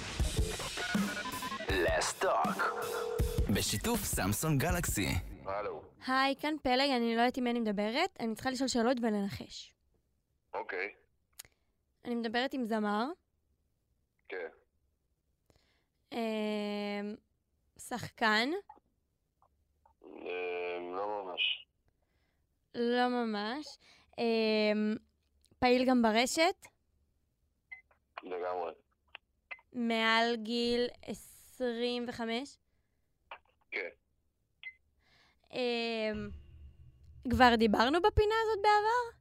לסטוק. בשיתוף סמסון גלקסי. הלו, היי, כאן פלג, אני לא יודעת עם מי אני מדברת, אני צריכה לשאול שאלות ולנחש. אוקיי, אני מדברת עם זמר, כן, אמ, שחקן, אה, אמ, לא ממש. לא ממש, אמ, פעיל גם ברשת, לגמרי. מעל גיל 25. כן. אמ, כבר דיברנו בפינה הזאת בעבר?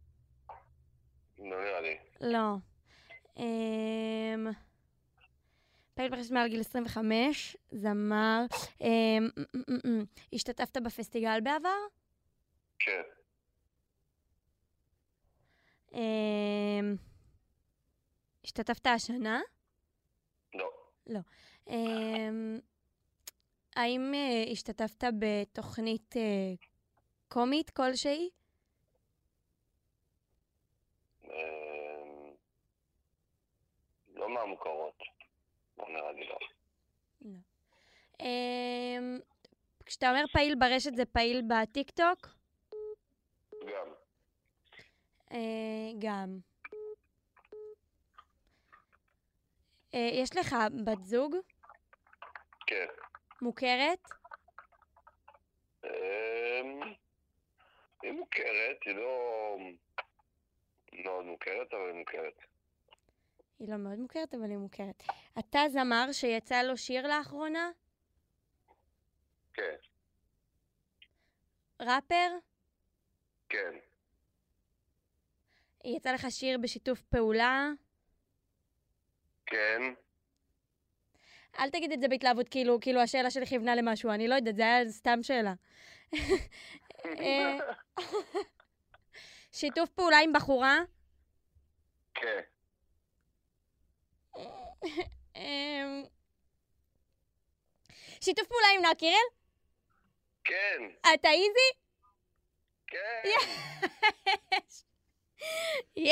לא נראה לי. לא. אמ, פעיל ברשת מעל גיל 25, זמר. אמ, אמ, אמ, אמ, השתתפת בפסטיגל בעבר? כן. אמ, השתתפת השנה? לא. אמ, האם אה, השתתפת בתוכנית אה, קומית כלשהי? אמ, לא מהמקורות. לא נראה לי לא. אמ, כשאתה אומר פעיל ברשת זה פעיל בטיקטוק? גם. אה, גם. אה, יש לך בת זוג כן. מוכרת? אמ, היא מוכרת, היא לא... מאוד מוכרת, אבל היא מוכרת. היא לא מאוד מוכרת, אבל היא מוכרת. אתה זמר שיצא לו שיר לאחרונה? כן. ראפר? כן. יצא לך שיר בשיתוף פעולה? כן. אל תגיד את זה בהתלהבות, כאילו, כאילו השאלה שלי כיוונה למשהו, אני לא יודעת, זה היה סתם שאלה. אה, שיתוף פעולה עם בחורה? כן. אמ, שיתוף פעולה עם נועה קירל? כן. אתה איזי? כן. יש! וואלה, יש! זה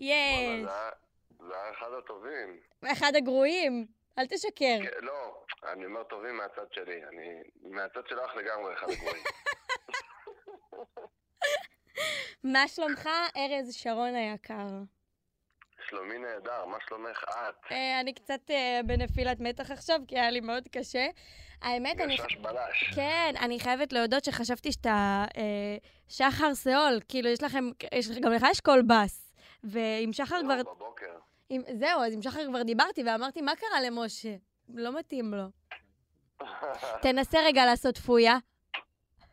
היה- זה היה אחד הטובים. אחד הגרועים, אל תשקר. אה? כן, לא, אני אומר טובים מהצד שלי. אני מהצד שלך לגמרי אחד הגרועים. מה שלומך, ארז שרון היקר? שלומי נהדר, מה שלומך את? אה, אני קצת אה, בנפילת מתח עכשיו, כי היה לי מאוד קשה. האמת, אני... גשש בלש. כן, אני חייבת להודות שחשבתי שאתה אה, שחר סאול, כאילו יש לכם, יש לך, גם לך יש קול בס. ועם שחר כבר, לא, בבוקר. עם, זהו, אז עם שחר כבר דיברתי ואמרתי, מה קרה למשה? לא מתאים לו. תנסה רגע לעשות פויה.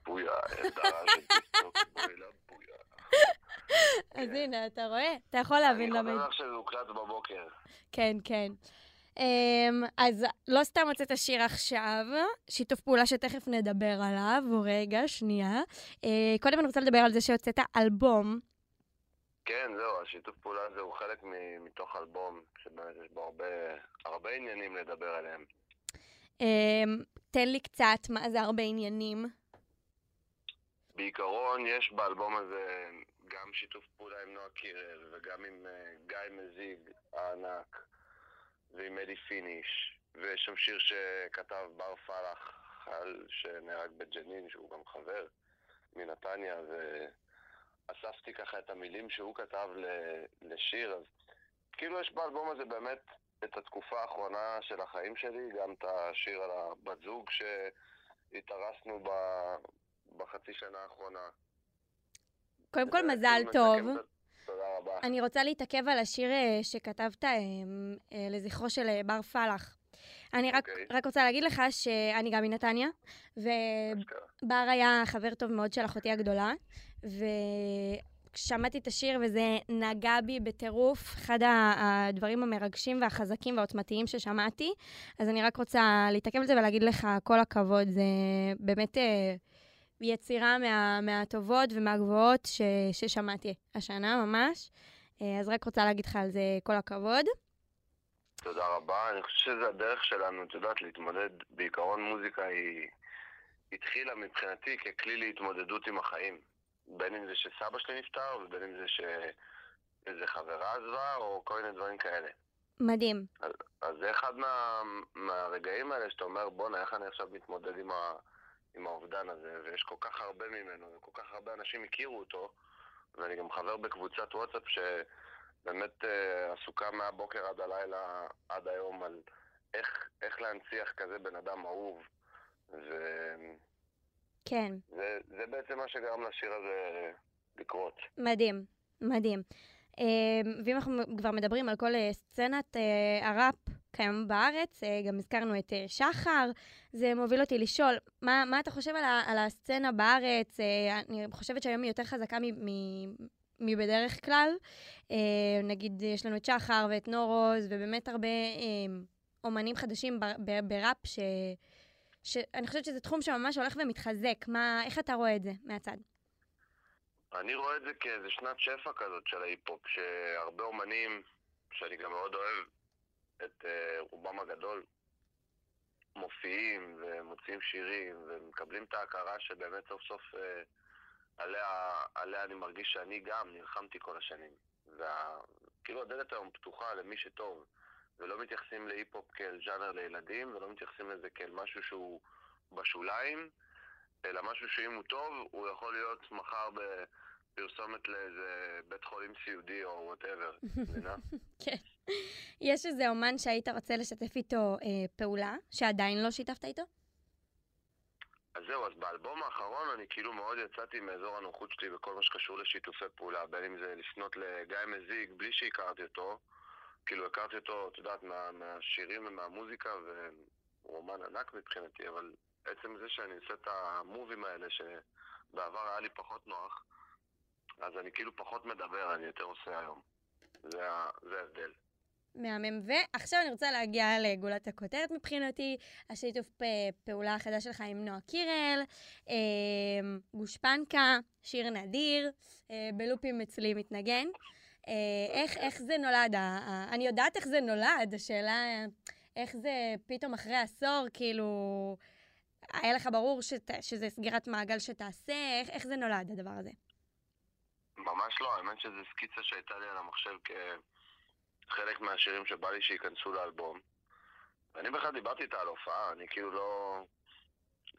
בויה, ילדה של טיקטוק, בואי לה, בויה. אז הנה, אתה רואה? אתה יכול להבין אני למה... חוזר לך שזה הוקלט בבוקר. כן, כן. אמ, אז לא סתם הוצאת שיר עכשיו, שיתוף פעולה שתכף נדבר עליו, רגע, שנייה. אה, קודם אני רוצה לדבר על זה שהוצאת אלבום. כן, זהו, השיתוף פעולה הזה הוא חלק מ- מתוך אלבום, שבאמת יש בו הרבה- הרבה עניינים לדבר עליהם. אמ, תן לי קצת מה זה הרבה עניינים. בעיקרון יש באלבום הזה גם שיתוף פעולה עם נועה קירל וגם עם אה, גיא מזיג הענק ועם אלי פיניש ויש שם שיר שכתב בר פלח חייל שנהרג בג'נין שהוא גם חבר מנתניה ואספתי ככה את המילים שהוא כתב ל- לשיר אז כאילו יש באלבום הזה באמת את התקופה האחרונה של החיים שלי גם את השיר על הבת זוג שהתארסנו ב... בחצי שנה האחרונה. קודם כל, מזל לדעתי הוא טוב. מסכם את ה- תודה רבה. אני רוצה להתעכב על השיר אה, שכתבת אה, אה, לזכרו של אה, בר פלח. אני רק, אוקיי. רק רוצה להגיד לך שאני גם מנתניה, ובר אשכרה. היה חבר טוב מאוד של אחותי הגדולה, ושמעתי את השיר וזה נגע בי בטירוף, אחד ה- הדברים המרגשים והחזקים והעוצמתיים ששמעתי, אז אני רק רוצה להתעכב על זה ולהגיד לך כל הכבוד, זה באמת אה, יצירה מה, מהטובות ומהגבוהות ש, ששמעתי השנה ממש. אה, אז רק רוצה להגיד לך על זה כל הכבוד. תודה רבה. אני חושב שזה הדרך שלנו, את יודעת, להתמודד. בעיקרון מוזיקה היא התחילה מבחינתי ככלי להתמודדות עם החיים. בין אם זה שסבא שלי נפטר, ובין אם זה שאיזה חברה עזבה, או כל מיני דברים כאלה. מדהים. אז זה אחד מה, מהרגעים האלה שאתה אומר, בואנה, איך אני עכשיו מתמודד עם, ה, עם האובדן הזה, ויש כל כך הרבה ממנו, וכל כך הרבה אנשים הכירו אותו, ואני גם חבר בקבוצת וואטסאפ שבאמת אה, עסוקה מהבוקר עד הלילה, עד היום, על איך, איך להנציח כזה בן אדם אהוב, וזה כן, זה בעצם מה שגרם לשיר הזה לקרות. מדהים. מדהים. אה, ואם אנחנו כבר מדברים על כל אה, סצנת אה, הראפ קיים בארץ, אה, גם הזכרנו את אה, שחר, זה מוביל אותי לשאול, מה, מה אתה חושב על, ה, על הסצנה בארץ? אה, אני חושבת שהיום היא יותר חזקה מ... מ- מבדרך כלל. אה, נגיד, יש לנו את שחר ואת נורוז, ובאמת הרבה אה, אומנים חדשים בר- ב- בראפ, ש... שאני חושבת שזה תחום שממש הולך ומתחזק. מה, איך אתה רואה את זה מהצד? אני רואה את זה כאיזה שנת שפע כזאת של ההיפ-הופ, שהרבה אומנים, שאני גם מאוד אוהב את אה, רובם הגדול, מופיעים ומוציאים שירים ומקבלים את ההכרה שבאמת סוף סוף אה, עליה, עליה אני מרגיש שאני גם נלחמתי כל השנים. וכאילו הדלת היום פתוחה למי שטוב, ולא מתייחסים להיפ-הופ כאל ז'אנר לילדים, ולא מתייחסים לזה כאל משהו שהוא בשוליים, אלא משהו שאם הוא טוב, הוא יכול להיות מחר בפרסומת לאיזה בית חולים סיעודי או וואטאבר, מבינה? כן. יש איזה אומן שהיית רוצה לשתף איתו אה, פעולה, שעדיין לא שיתפת איתו? אז זהו, אז באלבום האחרון אני כאילו מאוד יצאתי מאזור הנוחות שלי בכל מה שקשור לשיתופי פעולה, בין אם זה לפנות לגיא מזיג בלי שהכרתי אותו, כאילו הכרתי אותו, את יודעת, מה, מהשירים ומהמוזיקה, והוא אומן ענק מבחינתי, אבל עצם זה שאני עושה את המובים האלה, שבעבר היה לי פחות נוח, אז אני כאילו פחות מדבר, אני יותר עושה היום. זה ה- זה ההבדל. מהמם. ועכשיו אני רוצה להגיע לגולת הכותרת מבחינתי, השיתוף פ- פעולה החדש שלך עם נועה קירל, אה, גושפנקה, שיר נדיר, אה, בלופים אצלי מתנגן. אה, איך, איך זה נולד? ה- ה- אני יודעת איך זה נולד, השאלה אה, איך זה פתאום אחרי עשור, כאילו, היה לך ברור שת, שזה סגירת מעגל שתעשה, איך, איך זה נולד הדבר הזה? ממש לא, האמת שזו סקיצה שהייתה לי על המחשב כחלק מהשירים שבא לי שייכנסו לאלבום. ואני בכלל דיברתי איתה על הופעה, אני כאילו לא...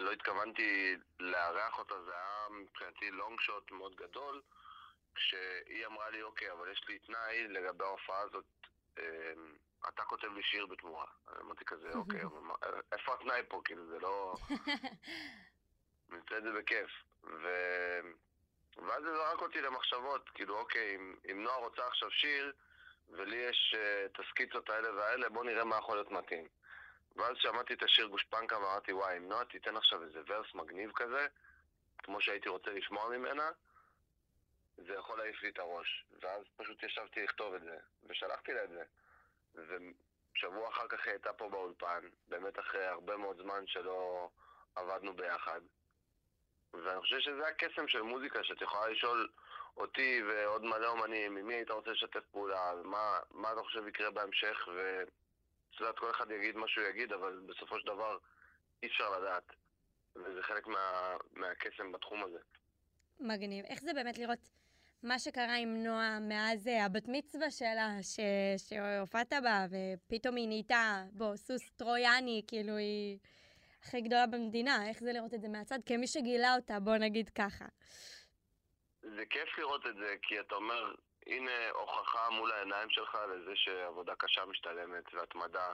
לא התכוונתי לארח אותה, זה היה מבחינתי לונג שוט מאוד גדול, כשהיא אמרה לי, אוקיי, אבל יש לי תנאי לגבי ההופעה הזאת, אמ, אתה כותב לי שיר בתמורה. אני אמרתי כזה, אוקיי, אבל מה- איפה התנאי פה? כאילו, זה לא... נעשה את זה בכיף. ו... ואז זה זרק אותי למחשבות, כאילו, אוקיי, אם, אם נועה רוצה עכשיו שיר, ולי יש uh, את הסקיצות האלה והאלה, בוא נראה מה יכול להיות מתאים. ואז שמעתי את השיר גושפנקה ואמרתי, וואי, אם נועה תיתן עכשיו איזה ורס מגניב כזה, כמו שהייתי רוצה לשמוע ממנה, זה יכול להעיף לי את הראש. ואז פשוט ישבתי לכתוב את זה, ושלחתי לה את זה. ושבוע אחר כך היא הייתה פה באולפן, באמת אחרי הרבה מאוד זמן שלא עבדנו ביחד. ואני חושב שזה הקסם של מוזיקה, שאת יכולה לשאול אותי ועוד מלא אומנים, עם מי היית רוצה לשתף פעולה, מה, מה אתה חושב יקרה בהמשך, ואת יודעת, כל אחד יגיד מה שהוא יגיד, אבל בסופו של דבר אי אפשר לדעת. וזה חלק מה, מהקסם בתחום הזה. מגניב. איך זה באמת לראות מה שקרה עם נועה מאז אה, הבת מצווה שלה, ש... שהופעת בה, ופתאום היא נהייתה, בוא, סוס טרויאני, כאילו היא הכי גדולה במדינה, איך זה לראות את זה מהצד? כמי שגילה אותה, בוא נגיד ככה. זה כיף לראות את זה, כי אתה אומר, הנה הוכחה מול העיניים שלך לזה שעבודה קשה משתלמת, והתמדה,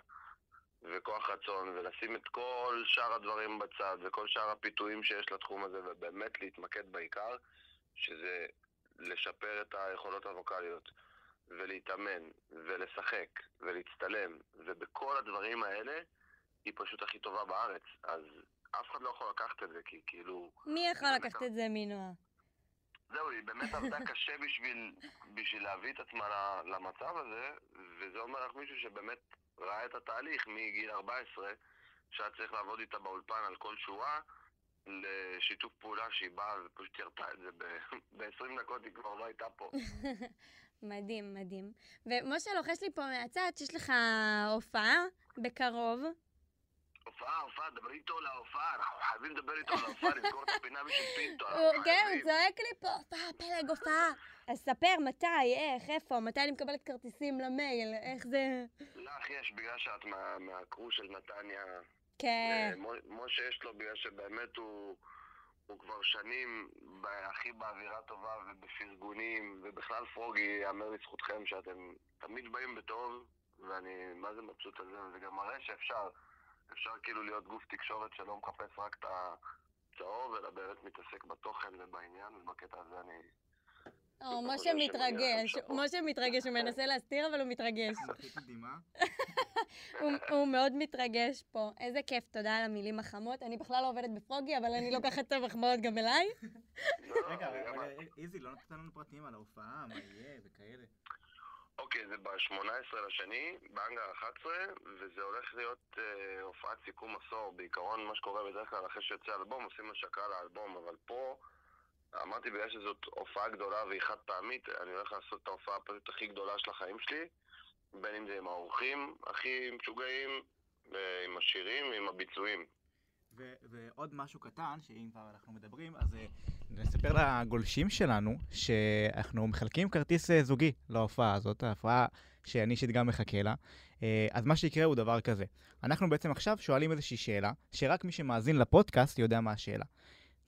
וכוח רצון, ולשים את כל שאר הדברים בצד, וכל שאר הפיתויים שיש לתחום הזה, ובאמת להתמקד בעיקר, שזה לשפר את היכולות הווקאליות, ולהתאמן, ולשחק, ולהצטלם, ובכל הדברים האלה, היא פשוט הכי טובה בארץ. אז אף אחד לא יכול לקחת את זה, כי כאילו... מי יכול לקחת את זה מנועה? זהו, היא באמת עבדה קשה בשביל, בשביל להביא את עצמה ל- למצב הזה, וזה אומר לך מישהו שבאמת ראה את התהליך מגיל 14, שהיה צריך לעבוד איתה באולפן על כל שורה, לשיתוף פעולה שהיא באה ופשוט ירתה את זה ב-20 דקות, היא כבר לא הייתה פה. מדהים, מדהים. ומשה לוחש לי פה מהצד שיש לך הופעה בקרוב. הופעה, הופעה, דברי איתו על ההופעה, אנחנו חייבים לדבר איתו על ההופעה, לסגור את הפינה בשביל פינטו. הוא- אנחנו כן, הוא חייבים. צועק לי פה, הופעה, פלג, הופעה. אז ספר מתי, איך, איפה, מתי אני מקבלת כרטיסים למייל, איך זה... לך יש, בגלל שאת מה- מהקרו של נתניה, כן. מו- משה יש לו בגלל שבאמת הוא, הוא כבר שנים ב- הכי באווירה טובה ובפרגונים, ובכלל פרוגי, ייאמר לזכותכם שאתם תמיד באים בטוב, ואני מה זה מבסוט על זה, וזה גם מראה שאפשר, אפשר כאילו להיות גוף תקשורת שלא מחפש רק את הצהוב, אלא באמת מתעסק בתוכן ובעניין, ובקטע הזה אני או, משה מתרגש, משה מתרגש, הוא מנסה להסתיר, אבל הוא מתרגש. הוא- הוא מאוד מתרגש פה. איזה כיף, תודה על המילים החמות. אני בכלל לא עובדת בפרוגי, אבל אני לוקחת את המחמאות גם אליי. לא, רגע, אבל איזי, לא נתת לנו פרטים על ההופעה, מה יהיה וכאלה. אוקיי, זה ב-18 לשני, באנגר 11, וזה הולך להיות אה, הופעת סיכום עשור. בעיקרון, מה שקורה בדרך כלל אחרי שיוצא אלבום, עושים השקה לאלבום, אבל פה, אמרתי, בגלל שזאת הופעה גדולה והיא חד פעמית, אני הולך לעשות את ההופעה הפשוט הכי גדולה של החיים שלי, בין אם זה עם האורחים הכי משוגעים, אה, עם השירים, עם הביצועים. ו- ועוד משהו קטן, שאם כבר אנחנו מדברים, אז אה, נספר לגולשים שלנו שאנחנו מחלקים כרטיס אה, זוגי להופעה הזאת, ההופעה שאני אישית גם מחכה לה. אה, אז מה שיקרה הוא דבר כזה, אנחנו בעצם עכשיו שואלים איזושהי שאלה, שרק מי שמאזין לפודקאסט יודע מה השאלה.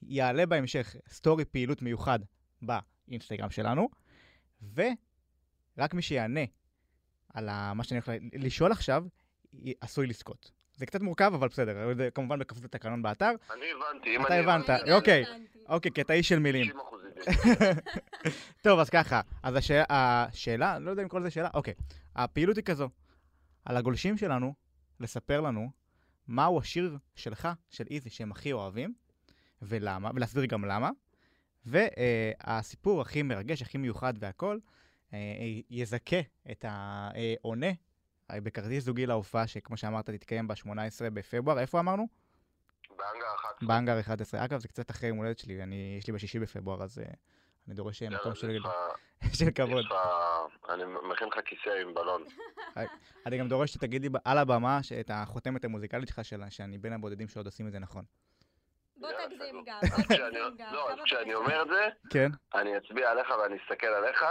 יעלה בהמשך סטורי פעילות מיוחד באינסטגרם שלנו, ורק מי שיענה על ה- מה שאני הולך ל- לשאול עכשיו, י- עשוי לזכות. זה קצת מורכב, אבל בסדר, זה כמובן בכפוף לתקנון באתר. אני הבנתי, אם אתה אני... הבנת, אני גם אוקיי. הבנתי. אוקיי, כי אתה איש של מילים. 90% זה. טוב, אז ככה, אז השאלה, השאלה, לא יודע אם כל זה שאלה, אוקיי. הפעילות היא כזו, על הגולשים שלנו, לספר לנו מהו השיר שלך, של איזי, שהם הכי אוהבים, ולמה, ולהסביר גם למה, והסיפור הכי מרגש, הכי מיוחד והכל, אה, יזכה את העונה אה, בכרטיס זוגי להופעה, שכמו שאמרת, תתקיים ב-18 בפברואר, איפה אמרנו? באנגר 11. באנגר 11. אגב, זה קצת אחרי יום הולדת שלי, אני, יש לי בשישי בפברואר, אז אה, אני דורש אה, מקום של, יש לך- של כבוד. יש לך... אני מכין לך כיסא עם בלון. אני גם דורש שתגידי ב- על הבמה ש- את החותמת המוזיקלית שלך, שלה- שאני בין הבודדים שעוד עושים את זה נכון. בוא יאללה, תגזים סגור. גם, אז בוא כשאני- תגזים גם. לא, אז כמה כשאני בקשות. אומר את זה, כן. אני אצביע עליך ואני אסתכל עליך,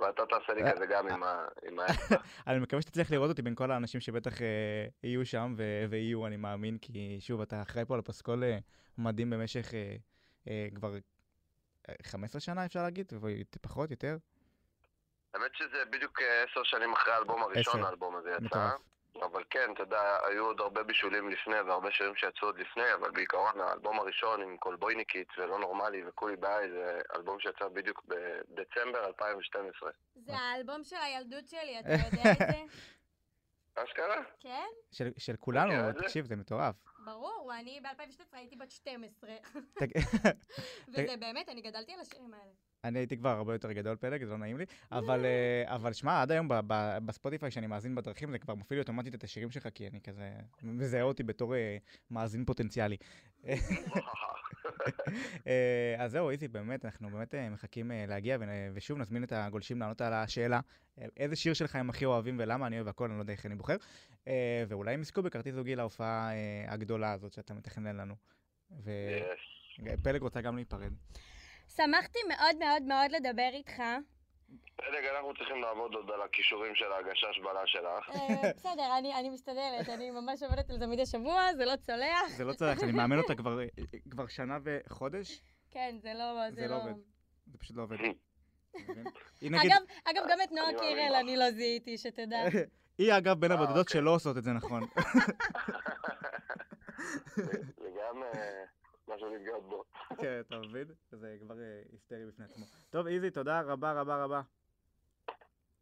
ואתה תעשה אה, לי כזה גם עם ה- עם האצבע. אני מקווה שתצליח לראות אותי בין כל האנשים שבטח אה, יהיו שם ו- ויהיו, אני מאמין, כי שוב, אתה אחראי פה על פסקול אה, מדהים במשך אה, אה, כבר אה, 15 שנה, אפשר להגיד, ו- פחות, יותר. האמת שזה בדיוק אה, עשר שנים אחרי האלבום הראשון, עשר. האלבום הזה יצא. מטורף. אבל כן, אתה יודע, היו עוד הרבה בישולים לפני והרבה שירים שיצאו עוד לפני, אבל בעיקרון האלבום הראשון עם קולבויניקית ולא נורמלי וקולי ביי, זה אלבום שיצא בדיוק בדצמבר 2012. זה האלבום של הילדות שלי, אתה יודע את זה? אשכרה? אה, כן? של, של כולנו, מכירה את זה? תקשיב, זה מטורף. ברור, אני ב-2012 הייתי בת 12. תק- וזה באמת, אני גדלתי על השירים האלה. אני הייתי כבר הרבה יותר גדול פלג, זה לא נעים לי, אבל, אה, אבל שמע, עד היום ב- ב- בספוטיפיי, שאני מאזין בדרכים, זה כבר מפעיל לי אוטומטית את השירים שלך, כי אני כזה מזהה אותי בתור אה, מאזין פוטנציאלי. אה. אה, אז זהו, איזי, באמת, אנחנו באמת אה, מחכים אה, להגיע, ו- ושוב נזמין את הגולשים לענות על השאלה, אה, איזה שיר שלך הם הכי אוהבים ולמה, אני אוהב הכל, אני לא יודע איך אני בוחר, אה, ואולי הם יזכו בכרטיס זוגי להופעה אה, הגדולה הזאת שאתה מתכנן לנו. כן. Yes. ופלג רוצה גם להיפרד. שמחתי מאוד מאוד מאוד לדבר איתך. פלג, אנחנו צריכים לעבוד עוד על הכישורים של ההגשה שבלה שלך. אה, בסדר, אני- אני משתדלת, אני ממש עובדת על זה מדי שבוע, זה לא צולח. זה לא צריך, אני מאמן אותה כבר, אה, כבר שנה וחודש, כן, זה לא... זה לא עובד. זה פשוט לא עובד. אתה מבין? היא נגיד, אגב, אגב, גם את נועה אני מאמין קירל לך. אני לא זיהיתי, שתדע. היא אגב בין אה, הבודדות אוקיי. שלא עושות את זה נכון. זה גם אה, משהו להתגאות בו. כן, אתה מבין? זה כבר אה, היסטרי בפני עצמו. טוב, איזי, תודה רבה רבה רבה.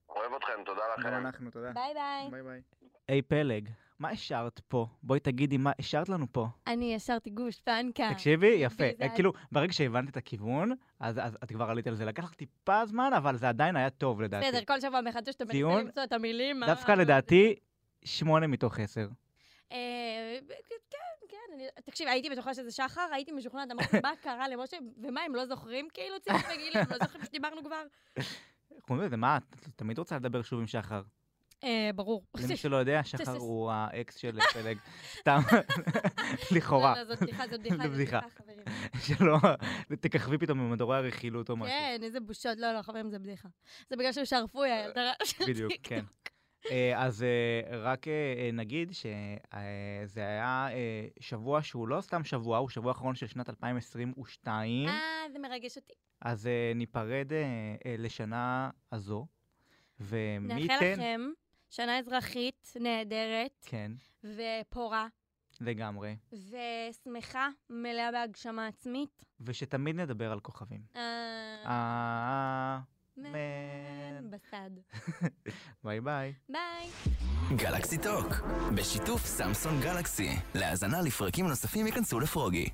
אוהב אתכם, תודה גם לכם. אנחנו, תודה. ביי ביי. ביי ביי. היי פלג, מה השארת פה? בואי תגידי מה השארת לנו פה. אני ישרתי גוש פנקה. תקשיבי, יפה. זה אה, היה- כאילו, ברגע שהבנת את הכיוון, אז אז את כבר עלית על זה. לקח לך טיפה זמן, אבל זה עדיין היה טוב לדעתי. בסדר, כל שבוע מחדש שאתה מנסה ציון. למצוא את המילים. ה- דווקא לדעתי, שמונה מתוך עשר. אה, כן, כן, אני- תקשיב, הייתי בטוחה שזה שחר, הייתי משוכנעת, אמרתי, מה קרה למשה, ומה, הם לא זוכרים כאילו ציון וגילי, הם לא זוכרים שדיברנו כבר? חוץ מזה, מה, את תמיד רוצה לדבר שוב עם שחר. אה, ברור. למי שלא יודע, שחר שש. הוא האקס של פלג, סתם, לכאורה. לא, לא, זאת בדיחה, זאת בדיחה, זו זאת בדיחה. בדיחה, חברים. שלא, תככבי פתאום ממדורי הרכילות או משהו. כן, איזה בושות. לא, לא, חברים, זה בדיחה. זה בגלל שהוא שרפוי, הילדה של אה, בדיוק, טיקטוק. כן. אה, אז אה, רק אה, נגיד שזה היה אה, שבוע שהוא לא סתם שבוע, הוא שבוע האחרון של שנת 2022, אה, זה מרגש אותי. אז אה, ניפרד אה, אה, לשנה הזו, ומי נאחל ייתן... לכם שנה אזרחית נהדרת כן, ופורה לגמרי. ושמחה, מלאה בהגשמה עצמית. ושתמיד נדבר על כוכבים. אה, אמן. מן בסד. אה, ביי ביי. ביי. גלקסי טוק, בשיתוף סמסון גלקסי. להאזנה לפרקים נוספים ייכנסו לפרוגי.